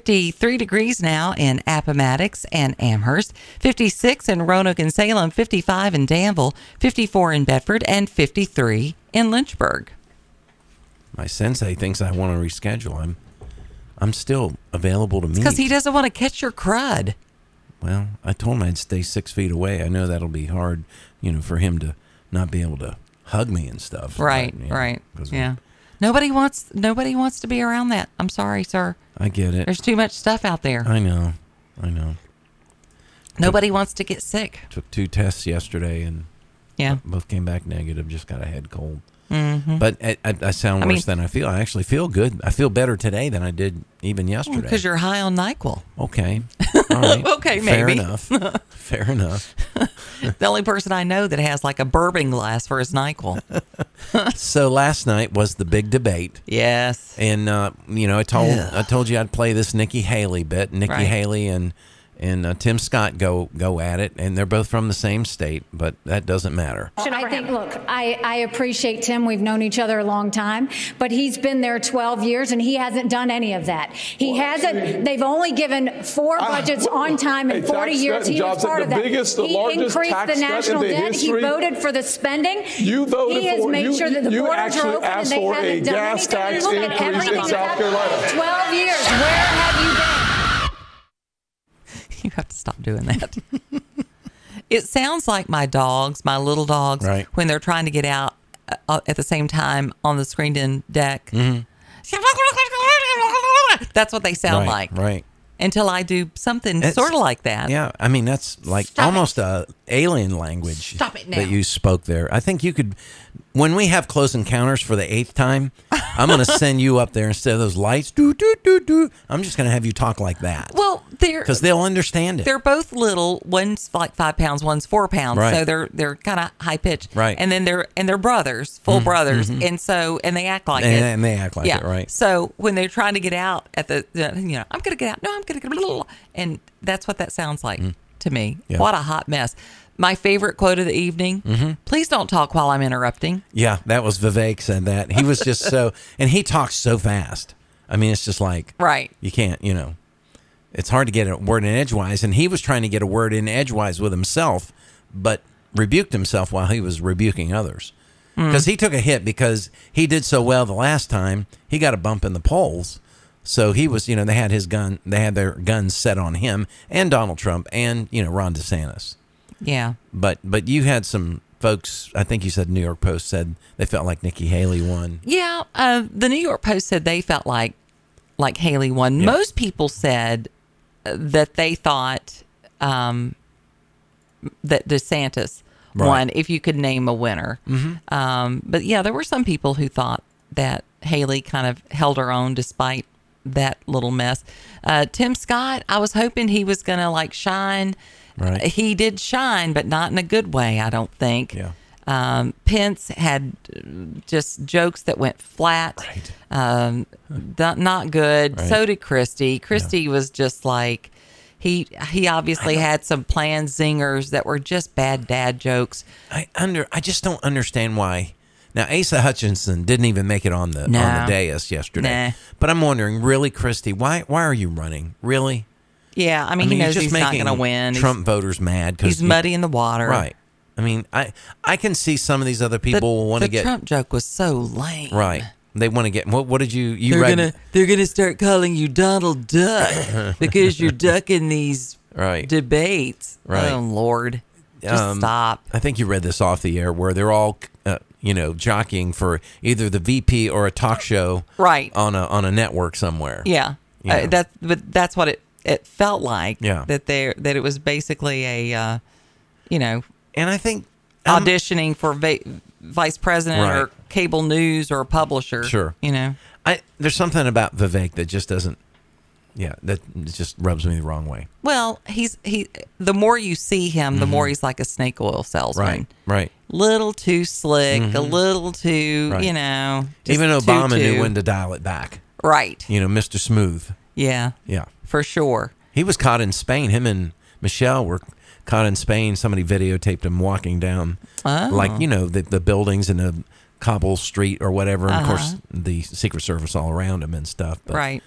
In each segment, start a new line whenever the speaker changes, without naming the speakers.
53 degrees now in Appomattox and Amherst, 56 in Roanoke and Salem, 55 in Danville, 54 in Bedford, and 53 in Lynchburg.
My sensei thinks I want to reschedule. I'm, I'm still available to meet.
Because he doesn't want to catch your crud.
Well, I told him I'd stay six feet away. I know that'll be hard, you know, for him to not be able to hug me and stuff.
Right,
but, you know,
right.
'cause
Yeah. Nobody wants nobody wants to be around that. I'm sorry, sir.
I get it.
There's too much stuff out there.
I know. I know.
Nobody wants to get sick.
Took two tests yesterday and
Yeah.
both came back negative. Just got a head cold. But I, I, I
Mm-hmm.
sound
I
worse
mean-
than I feel. I actually feel good. I feel better today than I did even yesterday.
Because you're high on NyQuil.
okay. All right.
Okay,
Fair
maybe.
enough. Fair enough.
The only person I know that has like a bourbon glass for his NyQuil.
So last night was the big debate.
yes.
and uh, you know, I told
Ugh.
I told you I'd play this Nikki Haley bit. Nikki
Right.
Haley and and uh, Tim Scott go go at it, and they're both from the same state, but that doesn't matter.
I think, look, I, I appreciate Tim. We've known each other a long time, but he's been there 12 years and he hasn't done any of that. He hasn't, they've only given four budgets on time in
Ah, hey,
40
tax
years.
cut and
He was
jobs,
part
the
of that.
biggest, the
he
largest
increased
tax cut
the
in
national
the
debt.
history.
He voted for the spending.
You voted
he has
for-
made
you-
sure that the
you
borders
actually
are open and
asked
they
for
haven't
a
done
gas
anything.
tax
Look at
increase in
everything that's
South
happened.
Carolina.
12 years. Where have you been?
You have to stop doing that. it sounds like my dogs, my little dogs,
Right.
when they're trying to get out uh, at the same time on the screened in deck.
Mm-hmm.
That's what they sound
right,
like.
right?
Until I do something
It's-
sort of like that.
Yeah, I mean that's like
Stop it.
almost a alien language
Stop it now.
that you spoke there. I think you could, when we have close encounters for the eighth time, I'm going to send you up there instead of those lights. Do do do do. I'm just going to have you talk like that
Well, they're
because they'll understand it.
they're both little. One's like five pounds. One's four pounds.
Right.
So they're they're kind of high pitched.
Right. Mm-hmm,
And then they're and they're brothers, full brothers. And so and they act like
And-
it.
and they act like it, right.
So when they're trying to get out at the, the- you know I'm gonna get out. No, I'm gonna get out. And that's what that sounds like to me.
Mm-hmm. Yeah. Mm-hmm.
What a hot mess. My favorite quote of the evening. Please don't talk while I'm interrupting.
Yeah, that was Vivek said that. He was just so, and he talks so fast. I mean, it's just like
Right.
You can't, you know, it's hard to get a word in edgewise. And he was trying to get a word in edgewise with himself, but rebuked himself while he was rebuking others because he took a hit because he did so well the last time. He got a bump in the polls, so he was, you know, they had his gun, they had their guns set on him and Donald Trump and you know Ron DeSantis
Yeah.
but but you had some folks. I think you said New York Post said they felt like Nikki Haley won.
Yeah, uh, the New York Post said they felt like like Haley won. Most people said uh, that they thought um, that DeSantis won.
Right. Mm-hmm.
If you could name a winner, um, but yeah, there were some people who thought that Haley kind of held her own despite that little mess. Uh, Tim Scott, I was hoping he was going to like shine. Uh,
Right.
He did shine, but not in a good way. I don't think.
Yeah.
Um, Pence had uh, just jokes that went flat,
Right.
um, th- not good.
Right.
So did Christie. Christie was just like he he obviously had some planned zingers that were just bad dad jokes.
I under I just don't understand why. Now Asa Hutchinson didn't even make it on the on the
No.
dais yesterday.
Nah.
But I'm wondering, really, Christie, why why are you running? Really?
Yeah, I mean, he knows he's not going to win. He's-
Trump voters mad
he's,
because
muddy in the water.
Right. I mean, I I can see some of these other
The,
people want
the
to get
Trump joke was so lame.
right. They want to get what? What did you you
They're
read?
gonna they're gonna start calling you Donald Duck because you're ducking these
Right.
debates.
Right.
Oh Lord, just
Um,
stop.
I think you read this off the air where they're all, uh, you know, jockeying for either the VP or a talk show,
Right.
On a on a network somewhere.
Yeah,
You know.
uh, that but that's what it it felt like.
Yeah.
that there that it was basically a uh, you know
And I think um,
auditioning for va- vice president
Right.
or cable news or a publisher.
Sure.
you know.
I there's something about Vivek that just doesn't. Yeah, that just rubs me the wrong way.
Well, he's he. The more you see him, the more he's like a snake oil salesman.
Mm-hmm. Right. Right.
Little too slick, a little too,
Mm-hmm. Right.
you know. just
Even
too-
Obama
too-
knew when to dial it back.
Right.
You know, Mr. Smooth.
Yeah.
Yeah.
For sure.
He was caught in Spain. Him and Michelle were caught in Spain. Somebody videotaped him walking down, like you know, the, the buildings in the cobble street or whatever. And of course, the Secret Service all around him and stuff. But
Right.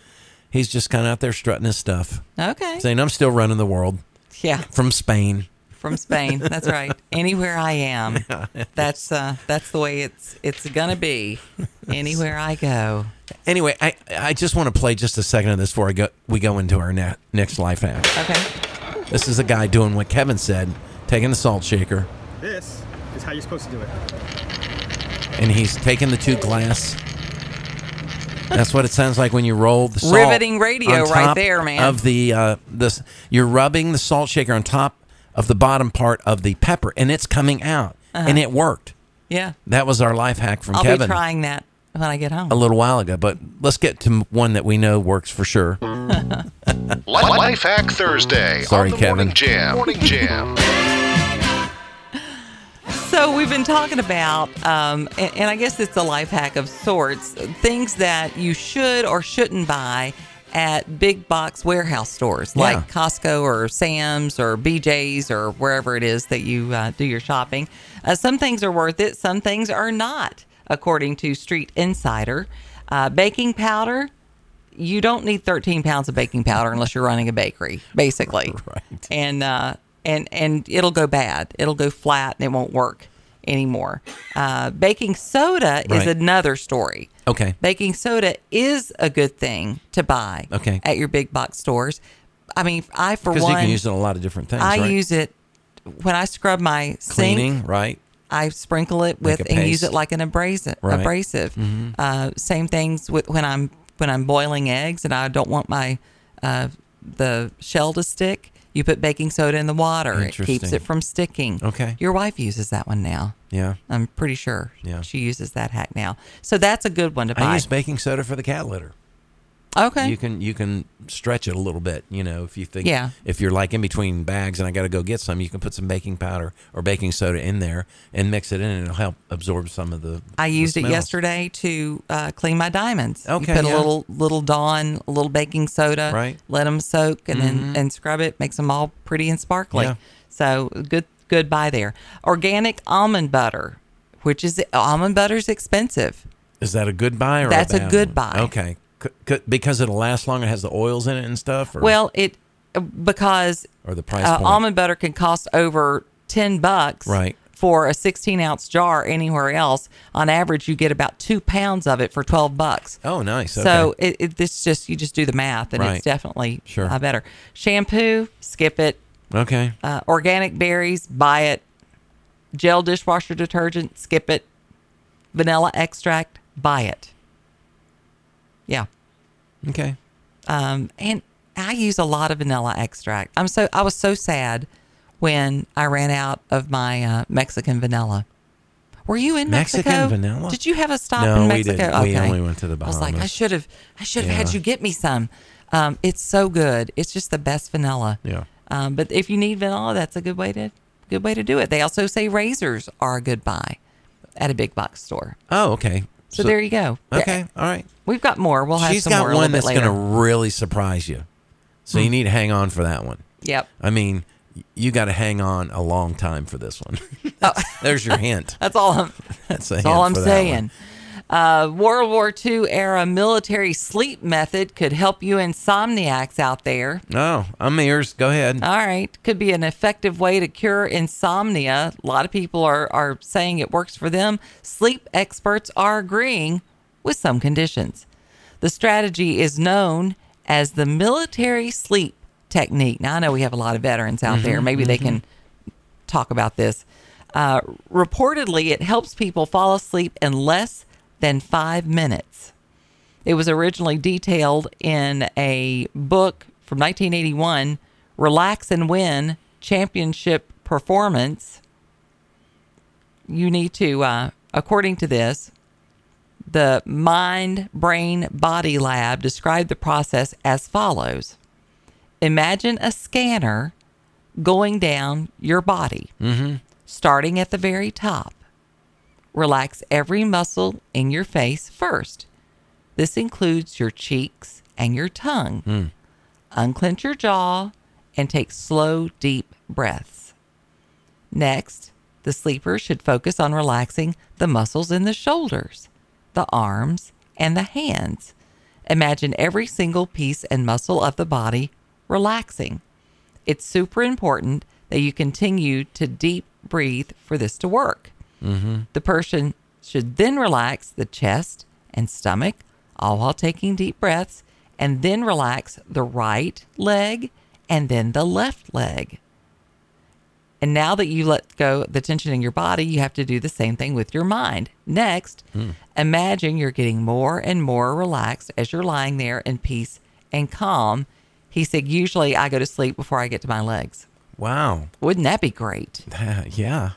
He's just kind of out there strutting his stuff,
Okay.
saying, "I'm still running the world
Yeah.
from Spain."
From Spain. That's right. Anywhere I am. That's uh that's the way it's it's gonna be. Anywhere I go.
Anyway, I I just want to play just a second of this before I go, we go into our ne- next life hack.
Okay.
This is a guy doing what Kevin said, taking the salt shaker,
This is how you're supposed to do it.
and he's taking the two glass. That's what it sounds like when you roll the salt.
Riveting radio
on
right
top
there, man.
Of the uh, this, you're rubbing the salt shaker on top of the bottom part of the pepper, and it's coming out, and it worked.
Yeah.
That was our life hack from
Uh-huh. I'll
Kevin
be trying that when I get home.
a little while ago. But let's get to one that we know works for sure.
Life, Life Hack Thursday
Sorry,
on the
Kevin.
Morning Jam. Morning Jam.
So we've been talking about, um, and, and I guess it's a life hack of sorts, things that you should or shouldn't buy at big box warehouse stores like
Yeah.
Costco or Sam's or BJ's or wherever it is that you uh, do your shopping. Uh, some things are worth it, some things are not, according to Street Insider. Uh, baking powder, you don't need 13 pounds of baking powder unless you're running a bakery, basically.
Right.
And uh, and and it'll go bad. It'll go flat and it won't work anymore. Uh, baking soda
Right.
is another story.
Okay.
Baking soda is a good thing to buy.
Okay.
At your big box stores. I mean, I for
Because you
one,
can use it in a lot of different things.
I
right?
use it when I scrub my sink.
cleaning, right?
I sprinkle it with
Like a
and use it
paste.
like an abrasive.
Right. Mm-hmm.
Abrasive. Uh, same things with when I'm when I'm boiling eggs and I don't want my uh, the shell to stick. You put baking soda in the water. It keeps
Interesting.
it from sticking.
Okay.
Your wife uses that one now.
Yeah.
I'm pretty sure.
Yeah.
She uses that hack now. So that's a good one to buy.
I use baking soda for the cat litter.
okay.
You can you can stretch it a little bit, you know, if you think
Yeah.
if you're like in between bags and I got to go get some, you can put some baking powder or baking soda in there and mix it in and it'll help absorb some of the
I
the
used it
smell.
yesterday to uh, clean my diamonds. You
Okay,
put a
yeah.
little little Dawn, a little baking soda.
Right. Mm-hmm.
Let them soak and then and scrub it. Makes them all pretty and sparkly.
Yeah.
So good good buy there. Organic almond butter, which is almond butter's expensive.
Is that a good buy or
That's a
bad
good
one?
buy.
Okay. C- c- because it'll last longer, it has the oils in it and stuff or
Well, it because
Or the price
uh,
point.
almond butter can cost over ten bucks.
Right.
For a 16 ounce jar anywhere else, on average, you get about two pounds of it for 12 bucks.
Oh, nice. Okay.
So it, it this just you just do the math and
Right.
it's definitely
Sure.
uh, better. Shampoo, skip it.
Okay.
Uh, organic berries, buy it. Gel dishwasher detergent, skip it. Vanilla extract, buy it. Yeah,
Okay.
um, and I use a lot of vanilla extract. I'm so I was so sad when I ran out of my uh, Mexican vanilla. Were you in
Mexican
Mexico?
vanilla?
Did you have a stop
No,
in
we
Mexico?
didn't. We only went to the
I was like, I
Bahamas.
should have, I should have
Yeah.
had you get me some. Um, it's so good. It's just the best vanilla.
Yeah.
Um, but if you need vanilla, that's a good way to good way to do it. They also say razors are a good buy at a big box store.
Oh, okay.
So, there you go.
Okay. All right.
We've got more. We'll have
She's
some
got
more a little
one
bit
that's
later. Hmm.
going to really surprise you. So you need to hang on for that one.
Yep.
I mean, y- you got to hang on a long time for this one. There's your hint.
That's all I'm
That's, a
Oh. That's all
hint
I'm
for that one.
saying. Uh, World War II era military sleep method could help you insomniacs out there.
No, I'm yours. Go ahead.
All right, could be an effective way to cure insomnia. A lot of people are are saying it works for them. Sleep experts are agreeing with some conditions. The strategy is known as the military sleep technique. Now I know we have a lot of veterans out there. Maybe they can talk about this. Uh, reportedly, it helps people fall asleep in less than five minutes. It was originally detailed in a book from 1981, Relax and Win Championship Performance. You need to, uh, according to this, the Mind Brain Body Lab described the process as follows Imagine a scanner going down your body, starting at the very top. Relax every muscle in your face first. This includes your cheeks and your tongue. Unclench your jaw and take slow, deep breaths. Next, the sleeper should focus on relaxing the muscles in the shoulders, the arms, and the hands Imagine every single piece and muscle of the body relaxing. It's super important that you continue to deep breathe for this to work. The person should then relax the chest and stomach, all while taking deep breaths, and then relax the right leg and then the left leg. And now that you let go the tension in your body, you have to do the same thing with your mind. Next, imagine you're getting more and more relaxed as you're lying there in peace and calm. He said, Usually I go to sleep before I get to my legs.
Wow.
Wouldn't that be great?
yeah.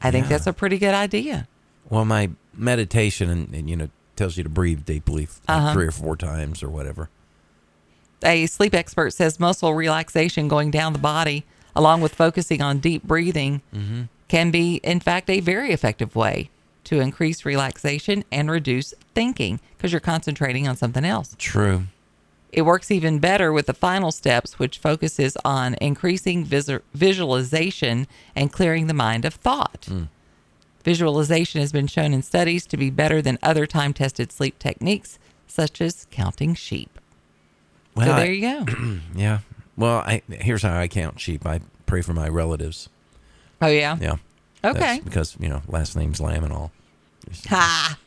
I think that's a pretty good idea.
Well, my meditation and, and you know tells you to breathe deeply like,
Uh-huh.
three or four times or whatever.
A sleep expert says muscle relaxation going down the body, along with focusing on deep breathing,
Mm-hmm.
can be, in fact, a very effective way to increase relaxation and reduce thinking because you're concentrating on something else.
True.
It works even better with the final steps, which focuses on increasing visu- visualization and clearing the mind of thought.
Mm.
Visualization has been shown in studies to be better than other time tested sleep techniques, such as counting sheep.
Well,
so
I-
there you go.
yeah. Well, I here's how I count sheep. I pray for my relatives.
Oh, yeah.
Yeah.
Okay.
That's because you know last name's Lamb and all.
Ha!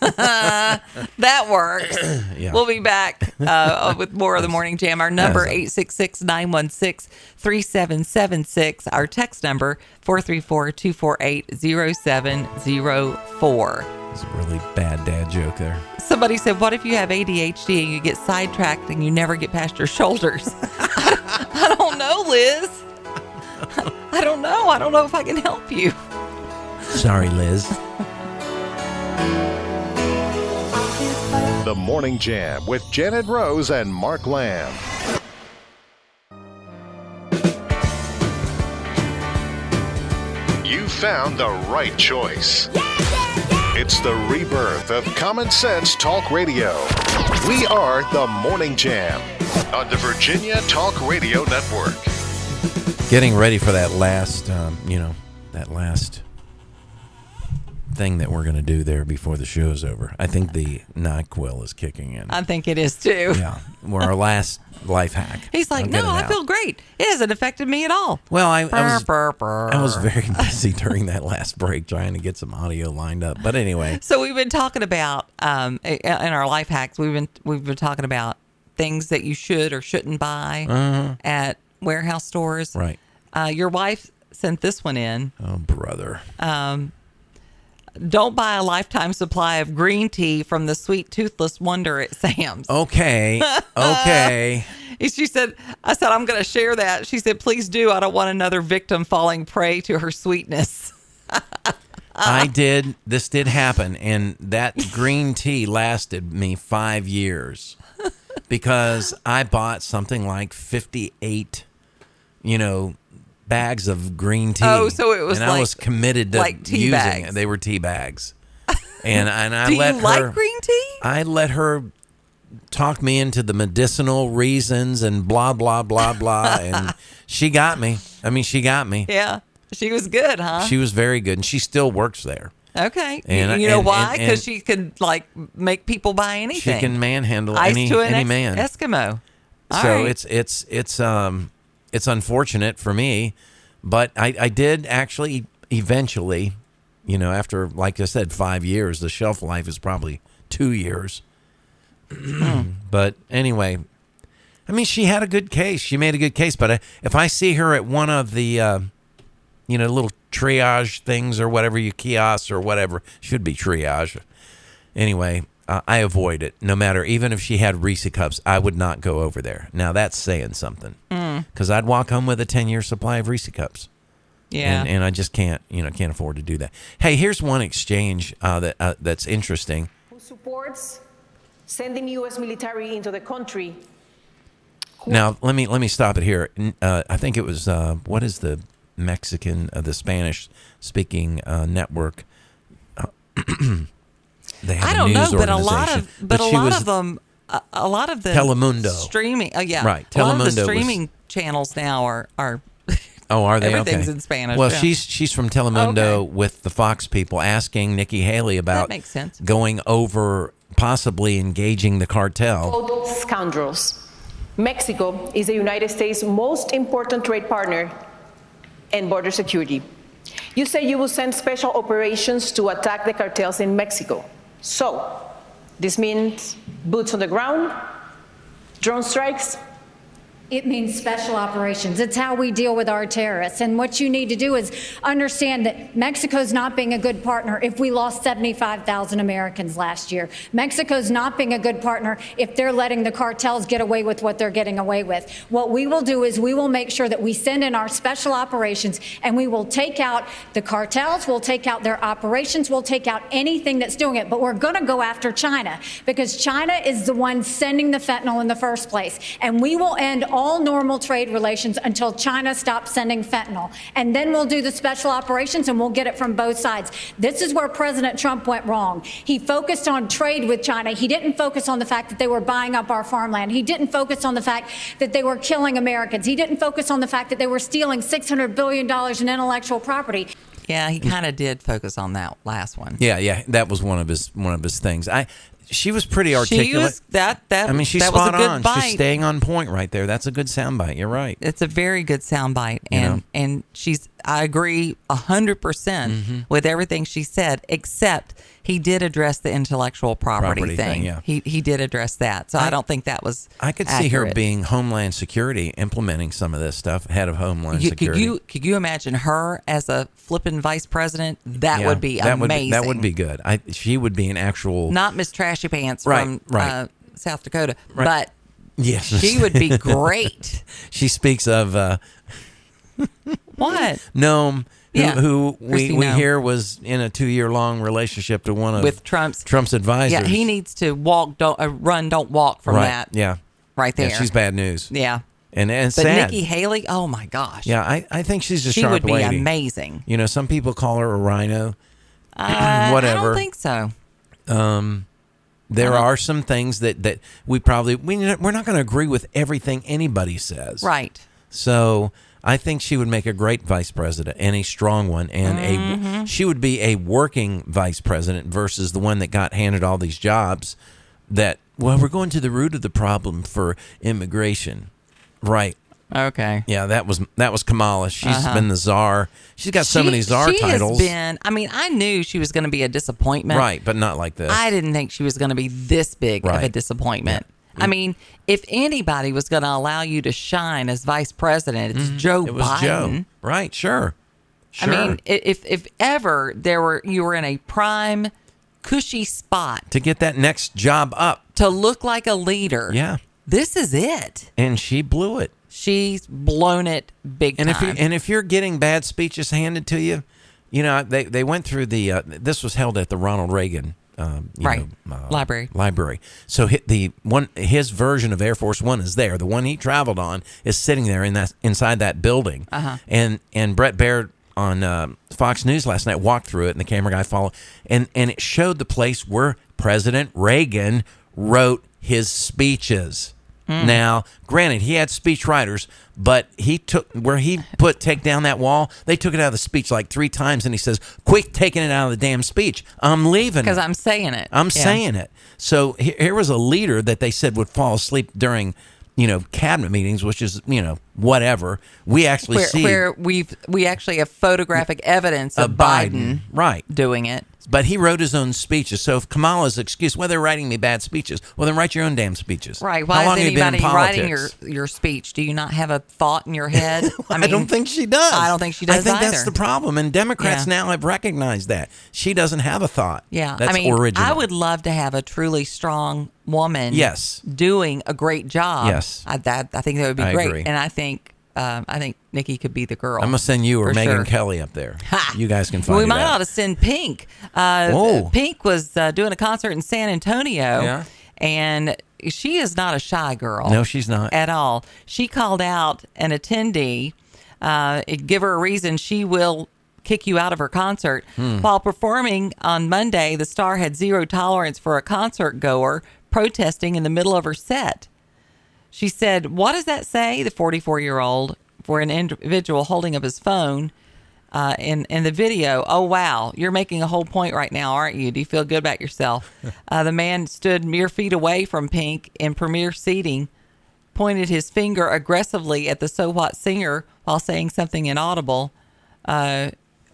that works.
Yeah.
We'll be back uh, with more of the Morning Jam. Our number, 866-916-3776. Our text number, 434-248-0704.
It's a really bad dad joke there.
Somebody said, what if you have ADHD and you get sidetracked and you never get past your shoulders? I don't know, Liz. I don't know. I don't know if I can help you.
Sorry, Liz.
The Morning Jam with Janet Rose and Mark Lamb. You found the right choice. It's the rebirth of Common Sense Talk Radio. We are the Morning Jam on the Virginia Talk Radio Network.
Getting ready for that last, um, you know, that last thing that we're going to do there before the show is over. I think the Nyquil is kicking in.
I think it is too.
yeah, we're our last life hack.
He's like,
I'll get
no,
it
I
out."
feel great. It hasn't affected me at all.
Well, I, I was
Brr, brr, brr.
I was very busy during that last break trying to get some audio lined up. But anyway,
So we've been talking about um, i- in our life hacks. We've been we've been talking about things that you should or shouldn't buy at warehouse stores.
Mm-hmm. right.
Uh, your wife sent this one in.
Oh, brother.
Don't buy a lifetime supply of green tea from the sweet toothless wonder at Sam's.
Oh. Okay. Okay.
She said, "I said I'm going to share that." She said, "Please do. I don't want another victim falling prey to her sweetness."
I did. This did happen, and that green tea lasted me five years because I bought something like fifty-eight, you know, bags of green tea.
Oh, so it was
and I
like-
was committed to
like tea
using
bags.
it. They were tea bags, and and I
Do you
let
like
her.
green tea?
I let her talk me into the medicinal reasons and blah blah blah blah, and she got me. I mean, she got me.
Yeah, she was good, huh?
She was very good, and she still works there.
Okay.
And I-
you know
and-
why?
and- and-
Because she can like make people buy anything.
She can manhandle
Ice
any
to an
any
ex-
man.
Eskimo. All
so
right.
it's it's it's um it's unfortunate for me, but I I did actually eventually, you know, after like I said, five years, the shelf life is probably two years.
Hmm.
but anyway, I mean, she had a good case. She made a good case. But I, if I see her at one of the, uh, you know, little triage things or whatever you kiosks or whatever should be triage. Anyway, uh, I avoid it no matter. Even if she had Reese cups, I would not go over there. Now that's saying something
Mm.
because I'd walk home with a ten year supply of Reese cups.
yeah.
And, and I just can't, you know, can't afford to do that. Hey, here's one exchange uh, that uh, that's interesting.
supports sending U.S. military into the country.
Now let me let me stop it here. N- Uh, I think it was uh, what is the Mexican, uh, the Spanish speaking uh, network. Uh, they have
I
a
don't know,
news
but a lot
organization.
of but, a
she
lot
was-
of them, a, a lot of the
Telemundo.
streaming. Oh yeah,
Right,
A lot of
Telemundo
the
was-
streaming channels now are are.
Oh, are they?
everything's
Okay.
in Spanish,
Well,
yeah.
she's she's from Telemundo
Okay.
with the Fox people asking Nikki Haley about
makes sense.
going over possibly engaging the
Oh,
cartel.
Total scoundrels. Mexico is the United States' most important trade partner and border security. You say you will send special operations to attack the cartels in Mexico. So, this means boots on the ground, drone strikes,
It means special operations. It's how we deal with our terrorists. And what you need to do is understand that Mexico's not being a good partner if we lost 75,000 Americans last year. Mexico's not being a good partner if they're letting the cartels get away with what they're getting away with. What we will do is we will make sure that we send in our special operations and we will take out the cartels, we'll take out their operations, we'll take out anything that's doing it. But we're going to go after China because China is the one sending the fentanyl in the first place. And we will end all normal trade relations until China stops sending fentanyl. And then we'll do the special operations and we'll get it from both sides. This is where President Trump went wrong. He focused on trade with China. He didn't focus on the fact that they were buying up our farmland. He didn't focus on the fact that they were killing Americans. He didn't focus on the fact that they were stealing $600 billion in intellectual property.
Yeah,
Mm.
he kind of did focus on that last one.
Yeah, yeah, that was one of his one of his things. I she was pretty articulate.
She was that that.
I mean, she's
that was a
spot
good
on.
Bite.
She's staying on point right there. That's a good soundbite. You're right.
it's a very good soundbite, and
know.
and she's I agree hundred
Mm-hmm.
percent with everything she said, except he did address the intellectual property,
Property thing, yeah.
he he did address that, so I, don't think that was.
I could see her
accurate.
being Homeland Security implementing some of this stuff. Head of Homeland
You, could
Security.
you could you imagine her as a flippin' vice president? That
Yeah,
would be
that
amazing.
Would be, that would be good. I she would be an actual.
not Miss Trashy Pants
Right,
from
right.
Uh, South Dakota,
Right. yes,
but she would be great.
she speaks of uh,
what?
Noam, who,
Yeah,
who we,
Christy
we
Noem.
hear was in a two year long relationship to one of
With Trump's-
Trump's advisors.
Yeah, he needs to walk, don't uh, run, don't walk from
right.
that.
Yeah,
right
Yeah,
there.
she's bad news.
Yeah.
and and
But
sad.
Nikki Haley, oh my gosh,
yeah, I, I think she's a
she
sharp
would be
lady.
amazing.
You know, some people call her a rhino.
I- I
Whatever.
don't think so.
There
Uh-huh.
are some things that that we probably we we're not going to agree with everything anybody says.
Right.
So I think she would make a great vice president and a strong one, and
Mm-hmm.
a she would be a working vice president versus the one that got handed all these jobs. That well, we're going to the root of the problem for immigration, right?
Okay.
Yeah, that was that was Kamala. She's been the czar. She's got so
Uh-huh. She-
many czar
she
titles,
Has been, I mean, I knew she was going to be a disappointment.
right? But not like this.
I didn't think she was going to be this big of a
Right.
disappointment. I mean, if anybody was going to allow you to shine as vice president, it's Joe
Mm-hmm. it was
Biden.
Joe, right? Sure, sure.
I mean, i- if if ever there were you were in a prime, cushy spot
to get that next job up,
to look like a leader,
Yeah.
this is it.
and she blew it.
She's blown it big
And if
time.
you, and if you're getting bad speeches handed to you, you know they they went through the uh, this was held at the Ronald Reagan um, you
Right.
know, uh,
Library.
library. So hi- the one his version of Air Force One is there. The one he traveled on is sitting there in that inside that building. Uh-huh. And and Brett Baird on uh, Fox News last night walked through it, and the camera guy followed, and and it showed the place where President Reagan wrote his speeches. Now, granted, he had speech writers, but he took where he put take down that wall. They took it out of the speech like three times, and he says, "Quick, taking it out of the damn speech. I'm leaving."
because
it."
I'm saying it.
I'm
Yeah.
saying it. So he- here was a leader that they said would fall asleep during, you know, cabinet meetings, which is you know whatever. We actually
where,
see
where we've we actually have photographic evidence
a
of Biden,
right?
doing it.
But he wrote his own speeches. So if Kamala's excuse, well, they're writing me bad speeches. Well, then write your own damn speeches.
Right? Why
How long
is
have you been
anybody
in
writing your
politics?
your speech? Do you not have a thought in your head?
I, don't think she does.
I don't think she
I
does
think that's
either.
the problem, and Democrats
Yeah.
now have recognized that she doesn't have a thought.
Yeah,
that's
I mean,
original.
I would love to have a truly strong woman.
Yes.
doing a great job.
Yes.
I, that, I think that would be
I
great,
agree.
and I think um, I think Nikki could be the girl.
I'm gonna send you or
for
Megan
sure.
Kelly up there.
Ha!
You guys can find.
We
it
might
out.
ought to send Pink. Uh,
Whoa.
Pink was uh, doing a concert in San Antonio,
Yeah.
and she is not a shy girl.
No, she's not.
at all. She called out an attendee. Uh, it give her a reason she will kick you out of her concert.
Hmm.
While performing on Monday, the star had zero tolerance for a concert goer protesting in the middle of her set. She said, What does that say? The 44 year old, for an individual holding up his phone uh, in in the video. Oh wow, you're making a whole point right now, aren't you? Do you feel good about yourself? uh, the man stood mere feet away from Pink in premier seating, pointed his finger aggressively at the so what singer while saying something inaudible. Uh,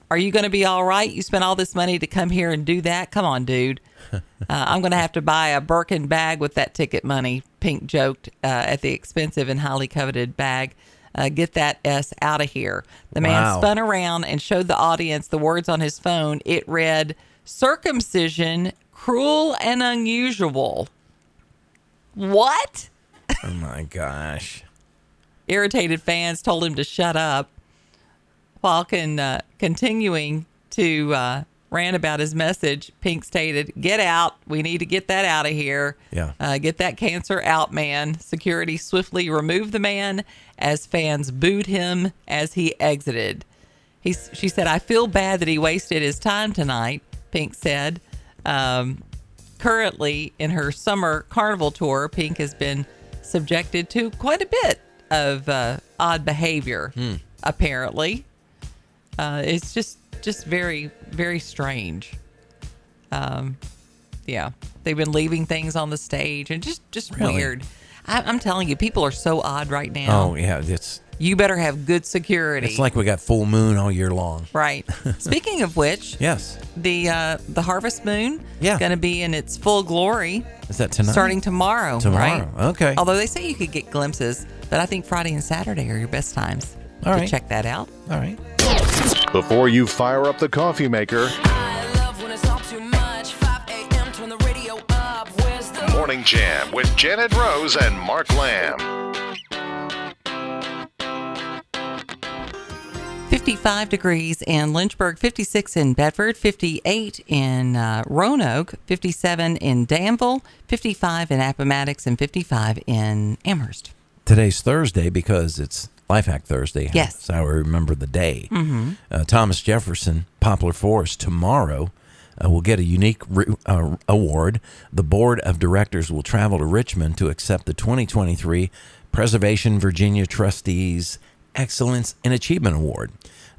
are you going to be all right? You spent all this money to come here and do that. Come on, dude. Uh, I'm going to have to buy a Birkin bag with that ticket money. Pink joked uh, at the expensive and highly coveted bag. Uh, get that S out of here. The man
Wow.
spun around and showed the audience the words on his phone. It read circumcision, cruel and unusual. What?
Oh my gosh.
irritated fans told him to shut up while con, uh, continuing to uh, rant about his message pink stated get out we need to get that out of here
Yeah.
uh, get that cancer out man security swiftly removed the man as fans booed him as he exited he, s- she said i feel bad that he wasted his time tonight pink said um, currently in her summer carnival tour, Pink has been subjected to quite a bit of uh, odd behavior.
Hmm.
Apparently, uh, it's just just very very strange. Um, yeah, they've been leaving things on the stage and just just
Really?
weird. I, I'm telling you, people are so odd right now.
Oh yeah, it's
You better have good security.
it's like we got full moon all year long.
right. Speaking of which,
Yes.
the uh, the harvest moon
Yeah.
is going to be in its full glory
Is that tonight?
starting tomorrow.
Tomorrow,
right?
okay.
Although they say you could get glimpses, but I think Friday and Saturday are your best times
All
to
right.
check that out.
All right.
Before you fire up the coffee maker,
I love when it's all too much. 5 a.m. Turn the radio up. Where's the
Morning Jam with Janet Rose and Mark Lamb.
55 degrees in Lynchburg, 56 in Bedford, 58 in uh, Roanoke, 57 in Danville, 55 in Appomattox, and 55 in Amherst.
Today's Thursday because it's Life Hack Thursday.
Yes.
So I remember the day. Mm-hmm. Uh, Thomas Jefferson, Poplar Forest, tomorrow uh, will get a unique re- uh, award. The board of directors will travel to Richmond to accept the 2023 Preservation Virginia Trustees Excellence and Achievement Award.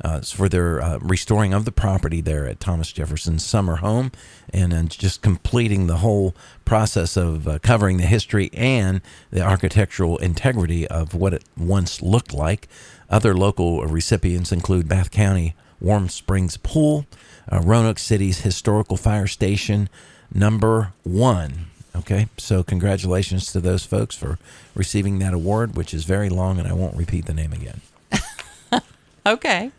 Uh, it's for their uh, restoring of the property there at Thomas Jefferson's summer home and then just completing the whole process of uh, covering the history and the architectural integrity of what it once looked like. Other local recipients include Bath County Warm Springs Pool, uh, Roanoke City's Historical Fire Station, number one. Okay, so congratulations to those folks for receiving that award, which is very long, and I won't repeat the name again.
Okay.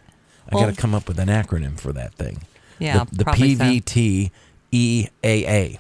I got to come up with an acronym for that thing.
Yeah,
the, the
probably so.
PVTEAA.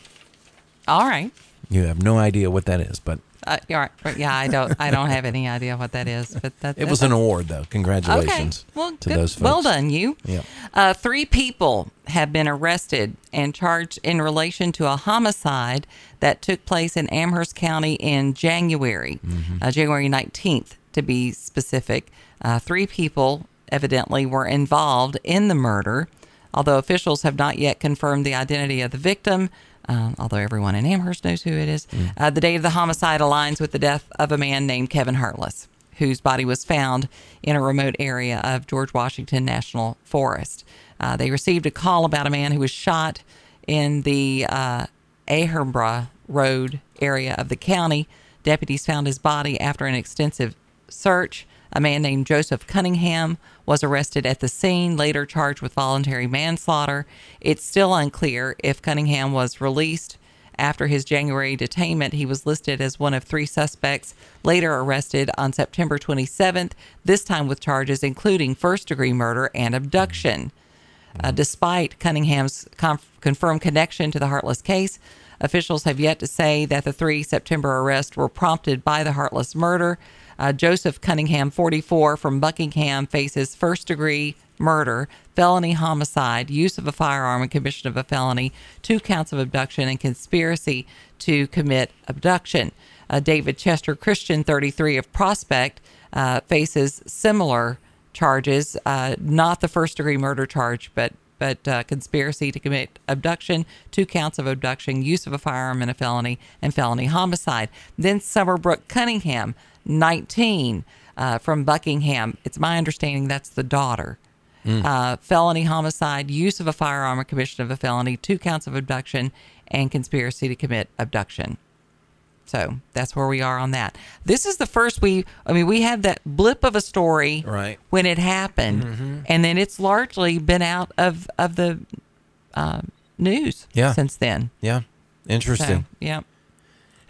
All right.
E You have no idea what that is, but
Uh, all right. But Yeah, I don't. I don't have any idea what that is, but that,
it was an award, though. Congratulations
Okay. Well,
to
good.
those folks.
Well done, you.
Yeah.
Uh, three people have been arrested and charged in relation to a homicide that took place in Amherst County in January,
Mm-hmm.
uh, January 19th, to be specific. Uh, three people evidently were involved in the murder, although officials have not yet confirmed the identity of the victim. Um, although everyone in Amherst knows who it is, uh, the date of the homicide aligns with the death of a man named Kevin Hurtless whose body was found in a remote area of George Washington National Forest. Uh, they received a call about a man who was shot in the uh, Aherbra Road area of the county. Deputies found his body after an extensive search. A man named Joseph Cunningham was arrested at the scene, later charged with voluntary manslaughter. It's still unclear if Cunningham was released after his January detainment, he was listed as one of three suspects later arrested on September 27th, this time with charges including first degree murder and abduction. Uh, despite Cunningham's conf- confirmed connection to the Heartless case, officials have yet to say that the three September arrests were prompted by the Heartless murder. Uh, Joseph Cunningham, 44, from Buckingham, faces first degree murder, felony homicide, use of a firearm in commission of a felony, two counts of abduction, and conspiracy to commit abduction. Uh, David Chester Christian, 33, of Prospect, uh, faces similar charges, uh, not the first degree murder charge, but but uh, conspiracy to commit abduction, two counts of abduction, use of a firearm in a felony, and felony homicide. Then Summerbrook Cunningham, 19, uh, from Buckingham. It's my understanding that's the daughter. uh, felony homicide, use of a firearm or commission of a felony, two counts of abduction, and conspiracy to commit abduction. So that's where we are on that. This is the first we, I mean, we had that blip of a story
Right. Mm-hmm.
when it happened, and then it's largely been out of of the uh, news
Yeah.
since then.
Yeah. Interesting.
So, yeah,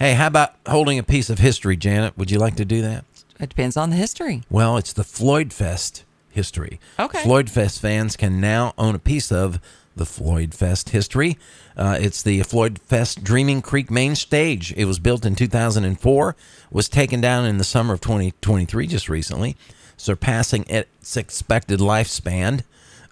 Hey, how about holding a piece of history, Janet? Would you like to do that?
it depends on the history.
Well, it's the Floyd Fest history.
Okay.
Floyd Fest fans can now own a piece of the Floyd Fest history. Uh, it's the Floyd Fest Dreaming Creek main stage. It was built in 2004, was taken down in the summer of 2023, just recently, surpassing its expected lifespan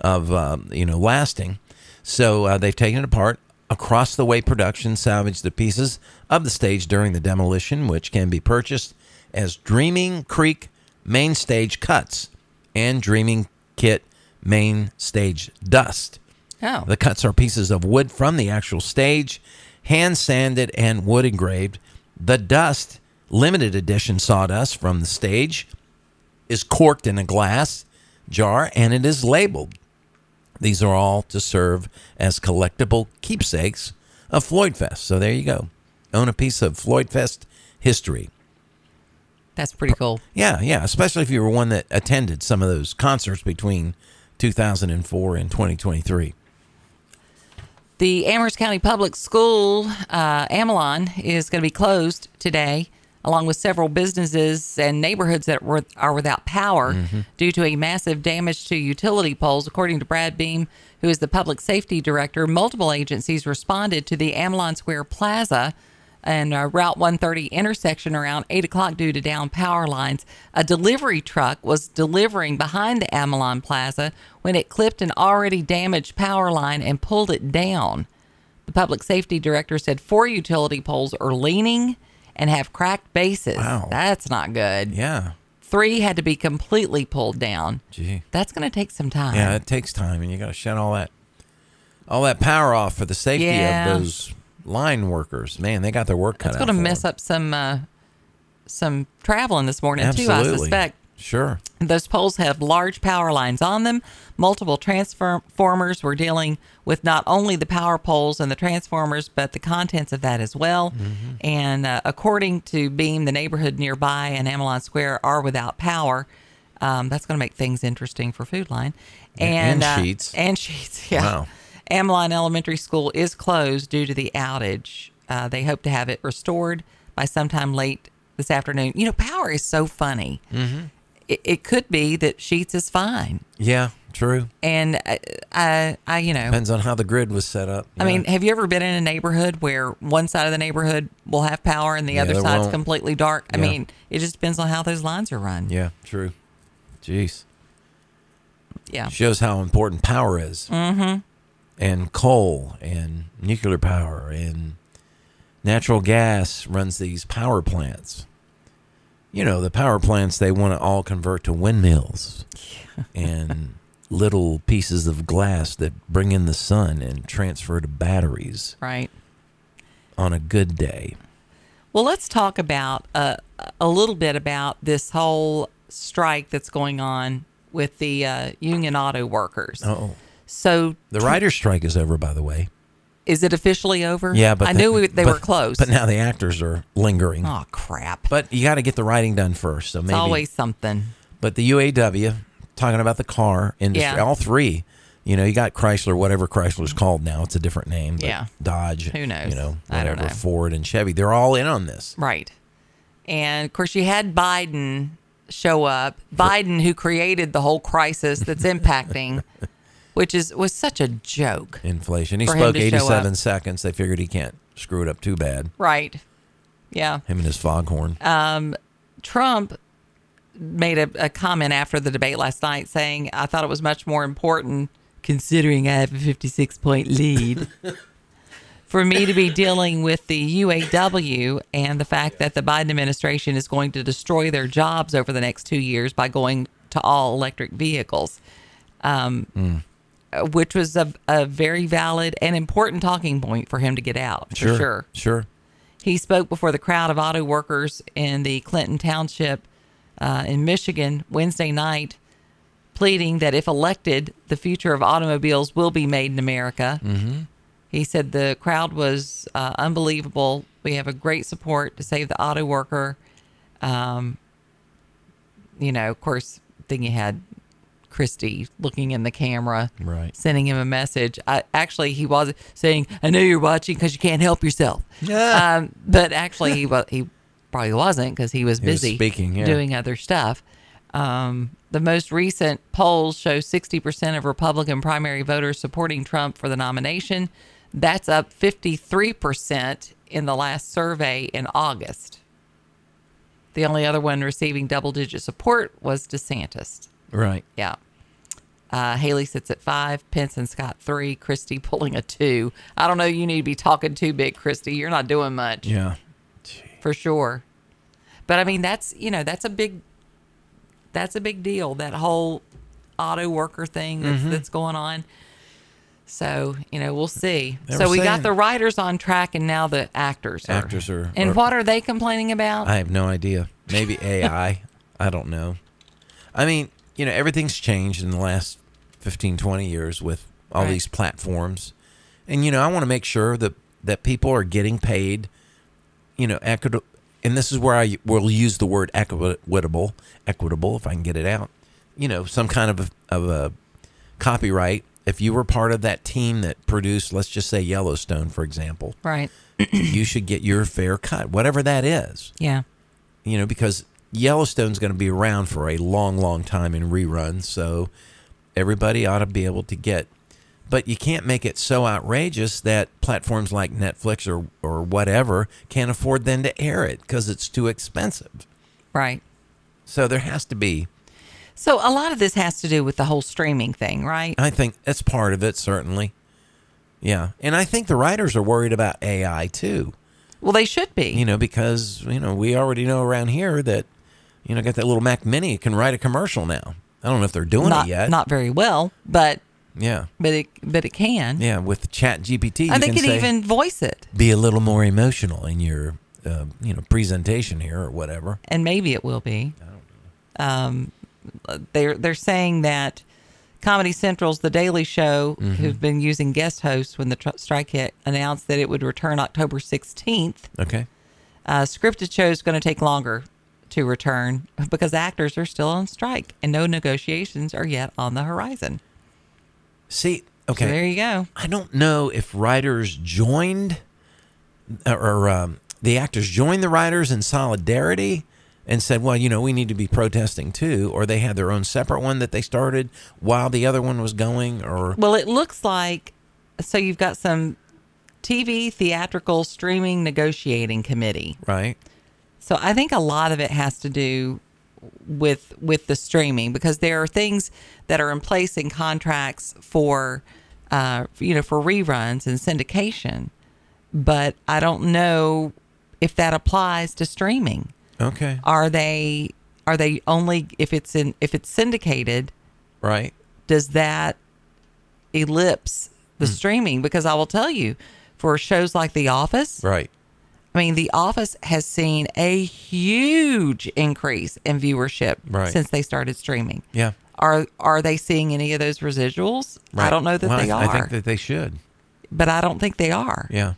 of um, you know lasting. So uh, they've taken it apart. Across the Way Productions salvaged the pieces of the stage during the demolition, which can be purchased as Dreaming Creek Main Stage Cuts and Dreaming Kit Main Stage Dust.
Oh,
The cuts are pieces of wood from the actual stage, hand sanded and wood engraved. The dust, limited edition sawdust from the stage, is corked in a glass jar and it is labeled. These are all to serve as collectible keepsakes of Floyd Fest. So there you go. Own a piece of Floyd Fest history.
that's pretty cool.
Yeah, yeah. Especially if you were one that attended some of those concerts between 2004 and 2023.
The Amherst County Public School, uh, Amalon, is going to be closed today, along with several businesses and neighborhoods that were, are without power due to a massive damage to utility poles. According to Brad Beam, who is the public safety director, multiple agencies responded to the Amalon Square Plaza and uh, Route 130 intersection around 8 o'clock due to down power lines. A delivery truck was delivering behind the Amalon Plaza when it clipped an already damaged power line and pulled it down. The public safety director said four utility poles are leaning and have cracked bases.
Wow.
That's not good.
Yeah.
Three had to be completely pulled down.
Gee.
That's going to take some time.
Yeah, it takes time, and you got to shut all that all that power off for the safety
Yeah.
of those line workers. Man, they got their work cut
It's
out.
going to
for
mess
them.
up some uh, some traveling this morning too. I
Absolutely.
suspect.
Sure.
Those poles have large power lines on them. Multiple transformers were dealing with not only the power poles and the transformers, but the contents of that as well.
Mm-hmm.
And uh, according to Beam, the neighborhood nearby and Amalon Square are without power. Um, that's going to make things interesting for Food Line. And,
and
uh,
sheets.
and sheets, yeah.
Wow.
Amalon Elementary School is closed due to the outage. Uh, they hope to have it restored by sometime late this afternoon. You know, power is so funny
Mm-hmm.
it, it could be that Sheets is fine.
Yeah. True.
And I, I, I you know,
Depends on how the grid was set up.
I mean,
Yeah.
have you ever been in a neighborhood where one side of the neighborhood will have power and the
Yeah,
other
they
side's
won't.
completely dark? I
Yeah.
mean, it just depends on how those lines are run.
Yeah. True. Jeez.
Yeah.
Shows how important power is. Mm-hmm. And coal and nuclear power and natural gas runs these power plants. You know, the power plants they want to all convert to windmills and little pieces of glass that bring in the sun and transfer to batteries
Right.
on a good day.
Well, let's talk about uh, a little bit about this whole strike that's going on with the uh, union auto workers.
Oh.
So,
The writer's strike is over, by the way.
is it officially over?
Yeah, but
I
the-
knew we, they
but-
were close.
But now the actors are lingering.
oh crap!
But you got to get the writing done first. So maybe.
it's always something.
But the UAW, talking about the car industry,
Yeah.
all three. You know, you got Chrysler, whatever Chrysler's called now. It's a different name. But
Yeah.
Dodge.
Who knows?
You know,
I
whatever.
don't know.
Ford and Chevy. They're all in on this.
Right. And of course, you had Biden show up. Biden, who created the whole crisis that's impacting, which is was such a joke,
Inflation. He
For him
spoke
to show
87
up.
seconds. They figured he can't screw it up too bad.
right? Yeah.
Him and his foghorn.
Uh, Trump made a, a comment after the debate last night saying, "I thought it was much more important, considering I have a 56 point lead." For me to be dealing with the UAW and the fact that the Biden administration is going to destroy their jobs over the next two years by going to all electric vehicles. uh, which was a, a very valid and important talking point for him to get out, for sure.
Sure. sure.
He spoke before the crowd of auto workers in the Clinton Township uh, in Michigan Wednesday night, pleading that if elected, the future of automobiles will be made in America. Mm-hmm. He said the crowd was uh, unbelievable. We have a great support to save the auto worker. Um, you know, of course, then you had Christie looking in the camera,
Right.
sending him a message. I, actually, he was saying, "I know you're watching because you can't help yourself."
Yeah.
Um, but actually, he was he probably wasn't because he was
He was
busy
speaking, yeah.
doing other stuff. Um, the most recent polls show 60% of Republican primary voters supporting Trump for the nomination. That's up 53% in the last survey in August. The only other one receiving double digit support was DeSantis.
Right.
Yeah. Uh, Haley sits at five, Pence and Scott three, Christie pulling a two. I don't know. You need to be talking too big, Christie. You're not doing much
Yeah.
for sure. But I mean, that's you know, that's a big, that's a big deal. That whole auto worker thing that's,
Mm-hmm.
that's going on. So you know, we'll see.
They
so
were
we
saying-
got the writers on track, and now the actors. Are,
Actors are-
And
are-
what are they complaining about?
I have no idea. Maybe AI. I don't know. I mean, you know, everything's changed in the last 15, 20 years with all
Right.
these platforms. And, you know, I want to make sure that, that people are getting paid, you know, equitable. And this is where I will use the word equitable, equitable, if I can get it out. You know, some kind of a, of a copyright. If you were part of that team that produced, let's just say Yellowstone, for example,
right.
you should get your fair cut, whatever that is
Yeah.
you know, because Yellowstone's going to be around for a long, long time in reruns. So everybody ought to be able to get. But you can't make it so outrageous that platforms like Netflix or, or whatever can't afford then to air it because it's too expensive.
Right.
So there has to be,
So a lot of this has to do with the whole streaming thing, right?
I think that's part of it, certainly. Yeah. And I think the writers are worried about AI too.
Well, they should be.
you know, because you know we already know around here that you know got that little Mac Mini it can write a commercial now. I don't know if they're doing
not
it yet.
not very well, but
yeah,
but it but it can.
yeah. With Chat GPT,
I
you
think
can
it
say,
even voice it,
be a little more emotional in your uh, you know presentation here or whatever.
and maybe it will be. Um, they're they're saying that Comedy Central's The Daily Show, who've been using guest hosts when the tr- strike hit, announced that it would return October sixteenth.
Okay,
Uh, scripted shows going to take longer to return because actors are still on strike and no negotiations are yet on the horizon.
see,
So there
okay.
you go.
I don't know if writers joined or, or um, the actors joined the writers in solidarity and said, well, you know, we need to be protesting too, or they had their own separate one that they started while the other one was going, or
Well, it looks like so you've got some TV theatrical streaming negotiating committee.
right?
So I think a lot of it has to do with with the streaming because there are things that are in place in contracts for uh, you know for reruns and syndication, but I don't know if that applies to streaming.
Okay,
Are they are they only if it's in if it's syndicated?
right?
does that ellipse the streaming? Because I will tell you, for shows like The Office,
Right.
I mean, The Office has seen a huge increase in viewership
Right.
since they started streaming.
Yeah.
Are are they seeing any of those residuals?
Right.
I don't know that
Well,
they
I,
are,
I think that they should.
but I don't think they are.
Yeah.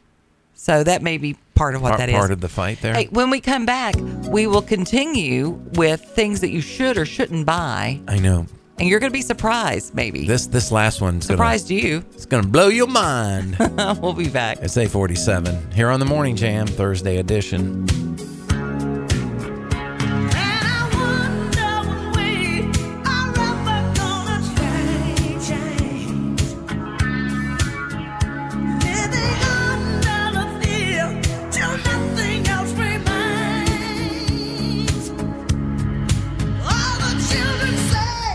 So that may be part of what
Part,
that is.
part of the fight there.
Hey, when we come back, we will continue with things that you should or shouldn't buy,
I know.
and you're going to be surprised, maybe.
This this last one's
surprised
gonna,
you.
It's gonna blow your mind.
we'll be back.
It's 847 here on the Morning Jam, Thursday edition.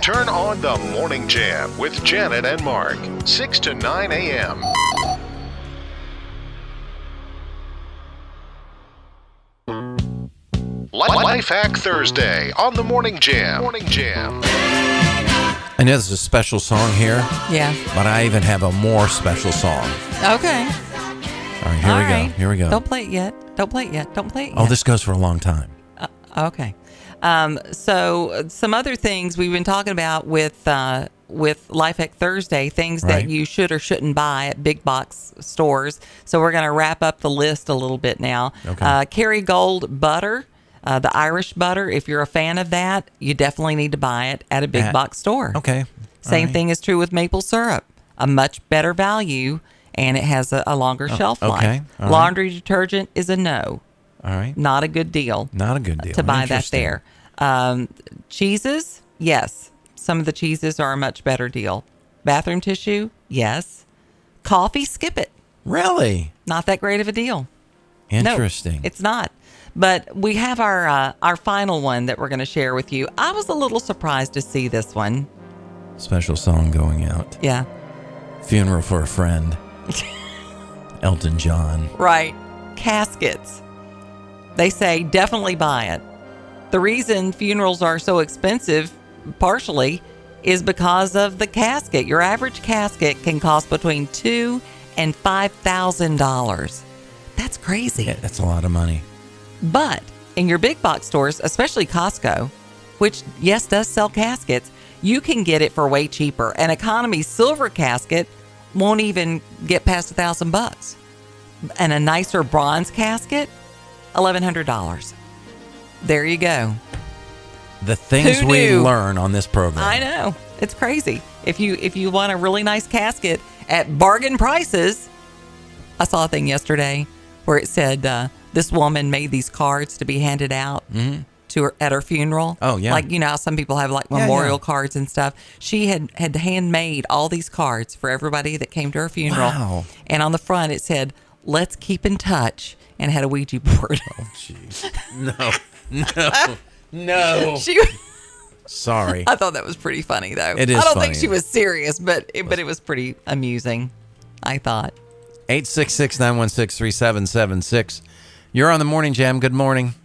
Turn on the Morning Jam with Janet and Mark, 6 to 9 a.m. Li- Life Hack Thursday on the Morning Jam. Morning Jam.
I know this is a special song here,
Yeah.
but I even have a more special song.
Okay.
All right, here
All
we
right.
go. Oh, Here we go.
Don't play it yet. Don't play it yet. Don't play it yet.
oh, this goes for a long time.
Okay. Um, so uh, some other things we've been talking about with uh, with Life Hack Thursday, things
Right.
that you should or shouldn't buy at big box stores. So we're going to wrap up the list a little bit now.
Okay.
Uh, Kerrygold butter. Uh, the Irish butter, if you're a fan of that, you definitely need to buy it at a big
At-
box store.
Okay.
Same
All right.
thing is true with maple syrup, a much better value, and it has a, a longer shelf
Oh, okay.
life.
All right.
Laundry detergent is a no,
All right.
not a good deal
Not a good deal.
to buy that
Interesting.
there. Um, cheeses, yes. Some of the cheeses are a much better deal. Bathroom tissue, yes. Coffee, skip it.
Really?
Not that great of a deal. No,
Interesting.
it's not. But we have our uh, our final one that we're going to share with you. I was a little surprised to see this one.
Special song going out.
Yeah,
Funeral for a friend. Elton John.
right. Caskets. They say definitely buy it. The reason funerals are so expensive, partially, is because of the casket. Your average casket can cost between two and five thousand dollars. That's crazy.
Yeah, that's a lot of money.
But in your big box stores, especially Costco, which yes does sell caskets, you can get it for way cheaper. An economy silver casket won't even get past a thousand bucks, and a nicer bronze casket, eleven hundred dollars. There you go.
The things
Who
we
knew?
learn on this program.
I know it's crazy. If you if you want a really nice casket at bargain prices, I saw a thing yesterday where it said uh, this woman made these cards to be handed out to her at her funeral.
Mm-hmm. Oh, yeah.
like you know how some people have like memorial cards and stuff. She had had handmade all these cards for everybody that came to her funeral.
Wow.
And on the front it said, "Let's keep in touch," and had a Ouija board.
Oh, Jeez. No. No. No.
she.
Sorry.
I thought that was pretty funny, though.
It is
I don't
funny.
think she was serious, but it, but it was pretty amusing. I thought.
866 916 3776. You're on the morning jam. Good morning.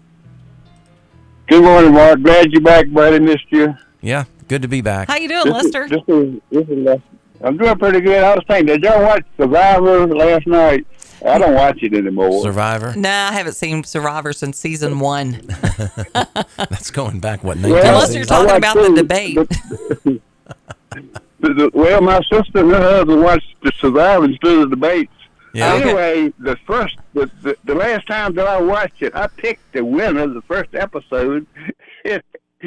Good morning, Mark. Glad you're back, buddy. Missed you.
Yeah. Good to be back.
How you doing, Lester?
This is, this is Les- I'm doing pretty good. I was thinking, did y'all watch Survivor last night? I don't watch it anymore.
Survivor.
Nah, I haven't seen Survivor since season one.
That's going back, what,
Unless you're
19?
talking
I watched
about the
those,
debate.
but- the- the- well, my sister and her husband watched the Survivor instead of the debates.
Yeah. Okay.
Anyway, the first, the, the, the last time that I watched it, I picked the winner of the first episode, and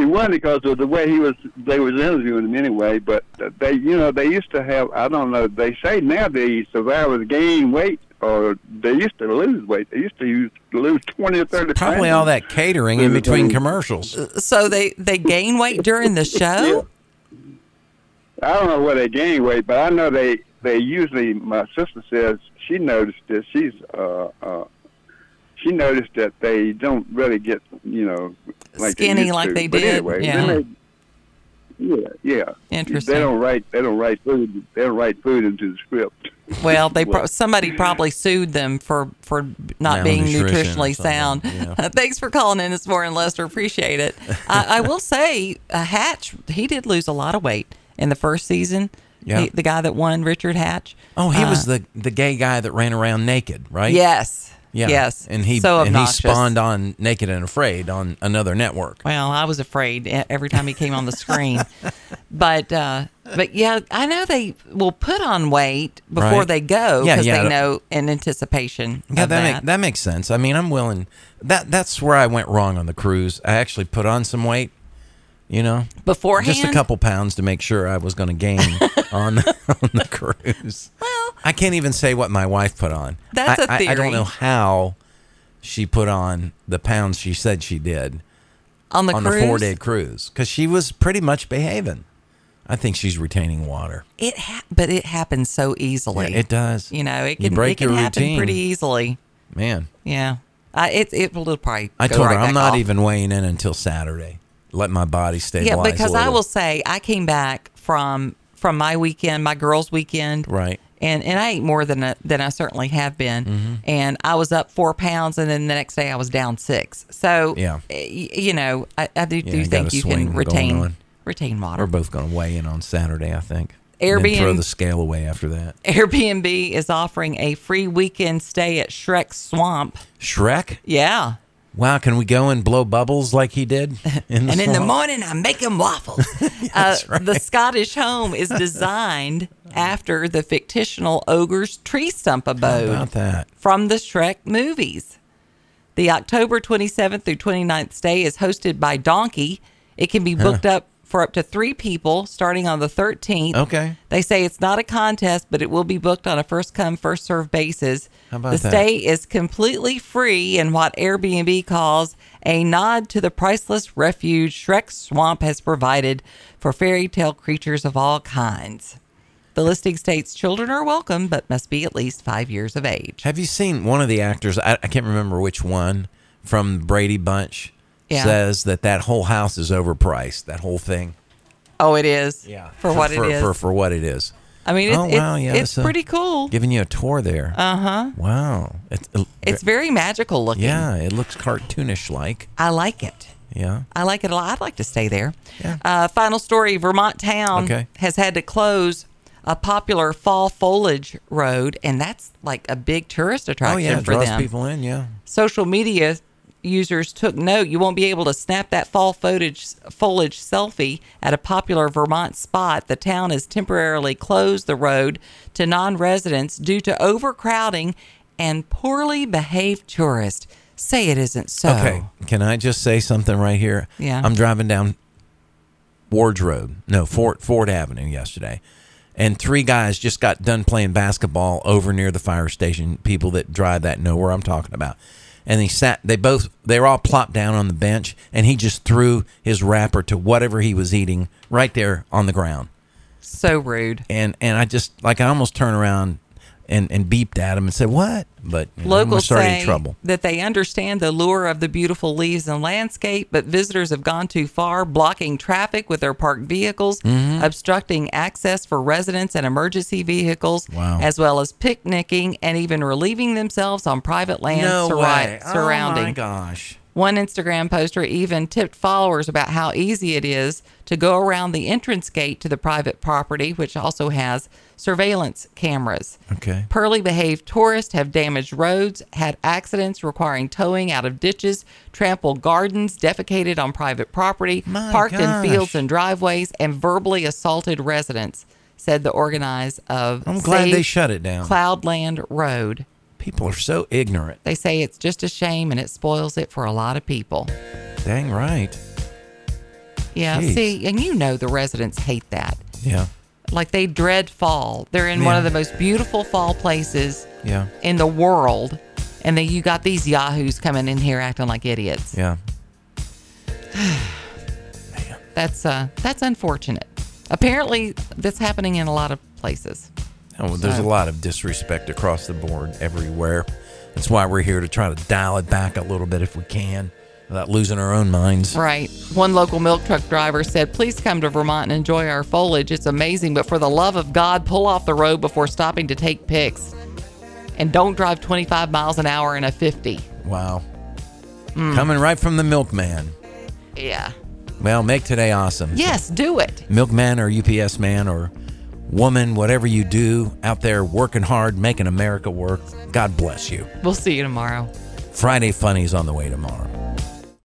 he won because of the way he was. They was interviewing him anyway, but they, you know, they used to have. I don't know. They say now the survivors gain weight, or they used to lose weight. They used to use, lose twenty or thirty.
Probably
pounds.
all that catering in between commercials.
So they they gain weight during the show.
I don't know where they gain weight, but I know they they usually. My sister says she noticed this. She's uh, uh, she noticed that they don't really get you know like
Skinny
they used
like
to.
they
But
did,
Anyway,
yeah.
then they- yeah, yeah.
Interesting.
They don't write. They don't write food. They don't write food into the script.
Well, they pro- somebody probably sued them for for not being
Malnutrition or
nutritionally sound.
something, yeah.
Thanks for calling in this morning, Lester. Appreciate it. I, I will say, uh, Hatch he did lose a lot of weight in the first season.
Yeah.
He- the guy that won, Richard Hatch.
Oh, he
Uh,
was the, the gay guy that ran around naked, right?
Yes.
Yeah.
Yes.
And he
so
and he
obnoxious.
spawned on Naked and Afraid on another network.
Well, I was afraid e- every time he came on the screen, but uh, but yeah, I know they will put on weight before
Right.
they go
Yeah,
because
yeah.
they know in anticipation.
Yeah,
of
that
that.
make, that makes sense. I mean, I'm willing. That that's where I went wrong on the cruise. I actually put on some weight, you know,
beforehand.
just a couple pounds to make sure I was going to gain on on the cruise.
Well,
I can't even say what my wife put on.
That's
I,
a
I- I don't
theory.
know how she put on the pounds she said she did
on the
on
cruise,
the four day cruise because she was pretty much behaving. I think she's retaining water.
it ha- but it happens so easily.
Yeah, it does.
You know, it
You
can
break
it can
your
happen
routine.
pretty easily.
Man,
Yeah, uh, it it will probably.
I
go
told
right
her I'm
back
not
off.
even weighing in until Saturday. Let my body stabilize.
Yeah,
a
because I
little.
will say I came back from from my weekend, my girls' weekend,
Right.
And and I ate more than I- than I certainly have been,
Mm-hmm.
and I was up four pounds, and then the next day I was down six. So
Yeah.
y- you know, I, I do, do
you got
think
a
you
swing
can
going
retain
on.
retain water.
We're both going to weigh in on Saturday, I think. And then throw
Airbnb-
the scale away after that.
Airbnb is offering a free weekend stay at Shrek Swamp.
Shrek?
Yeah.
Wow, can we go and blow bubbles like he did? In the
And in the
song?
morning, I'm making waffles. uh, The Scottish home is designed after the fictional ogre's tree stump abode
about that.
from the Shrek movies. The October 27th through 29th stay is hosted by Donkey. It can be booked up for up to three people starting on the 13th.
Okay.
They say it's not a contest, but it will be booked on a first come, first served basis.
How about
the
that?
stay is completely free and what Airbnb calls a nod to the priceless refuge Shrek Swamp has provided for fairy tale creatures of all kinds. The listing states children are welcome, but must be at least five years of age.
Have you seen one of the actors? I, I can't remember which one from Brady Bunch
Yeah.
says that that whole house is overpriced. That whole thing.
Oh, it is. For, what
for,
it is.
For, for what it is.
I mean, it's,
Oh, wow,
it's,
yeah,
it's
so-
pretty cool. Uh-huh.
Giving you a tour there. Uh huh. Wow. It's, uh,
it's very magical looking.
yeah. It looks cartoonish like.
I like it.
Yeah.
I like it a lot. I'd like to stay there.
Yeah.
Uh, final story Vermont Town
Okay.
has had to close a popular fall foliage road, and that's like a big tourist
Oh
attraction
yeah. It
for
draws
them.
people in. Yeah.
Social media users took note you won't be able to snap that fall foliage, foliage selfie at a popular Vermont spot. The town has temporarily closed the road to non residents due to overcrowding and poorly behaved tourists. Say it isn't so.
Okay. Can I just say something right here?
Oh. Yeah.
I'm driving down Ward's Road, no, Fort Ford Avenue yesterday, and three guys just got done playing basketball over near the fire station. People that drive that know where I'm talking about. And they sat. They both. They were all plopped down on the bench, and he just threw his wrapper to whatever he was eating right there on the ground.
So rude.
And and I just like I almost turned around and and beeped at him and said what? But you know, I'm gonna
Locals
start any
say
trouble.
that they understand the lure of the beautiful leaves and landscape, but visitors have gone too far, blocking traffic with their parked vehicles,
Mm-hmm.
obstructing access for residents and emergency vehicles,
Wow.
as well as picnicking and even relieving themselves on private land surri- surrounding.
Oh my gosh.
One Instagram poster even tipped followers about how easy it is to go around the entrance gate to the private property, which also has surveillance cameras.
Okay.
Poorly behaved tourists have damaged roads, had accidents requiring towing out of ditches, trampled gardens, defecated on private property,
My
parked
gosh.
in fields and driveways, and verbally assaulted residents, said the organizer of
I'm glad
Save
they shut it down.
Cloudland Road.
People are so ignorant.
They say it's just a shame and it spoils it for a lot of people.
Dang right.
Yeah,
Jeez.
see, and you know the residents hate that.
Yeah.
Like they dread fall. They're in one
Yeah.
of the most beautiful fall places
Yeah.
in the world. And then you got these yahoos coming in here acting like idiots.
Yeah.
That's uh that's unfortunate. Apparently that's happening in a lot of places.
Oh, well, there's a lot of disrespect across the board everywhere. That's why we're here to try to dial it back a little bit if we can without losing our own minds.
Right. One local milk truck driver said, Please come to Vermont and enjoy our foliage. It's amazing, but for the love of God, pull off the road before stopping to take pics. And don't drive 25 miles an hour in a 50.
Wow. Coming right from the milkman.
Yeah.
Well, make today awesome.
Yes, do it.
Milkman or UPS man or woman, whatever you do out there working hard, making America work, God bless you.
We'll see you tomorrow.
Friday Funnies on the way tomorrow.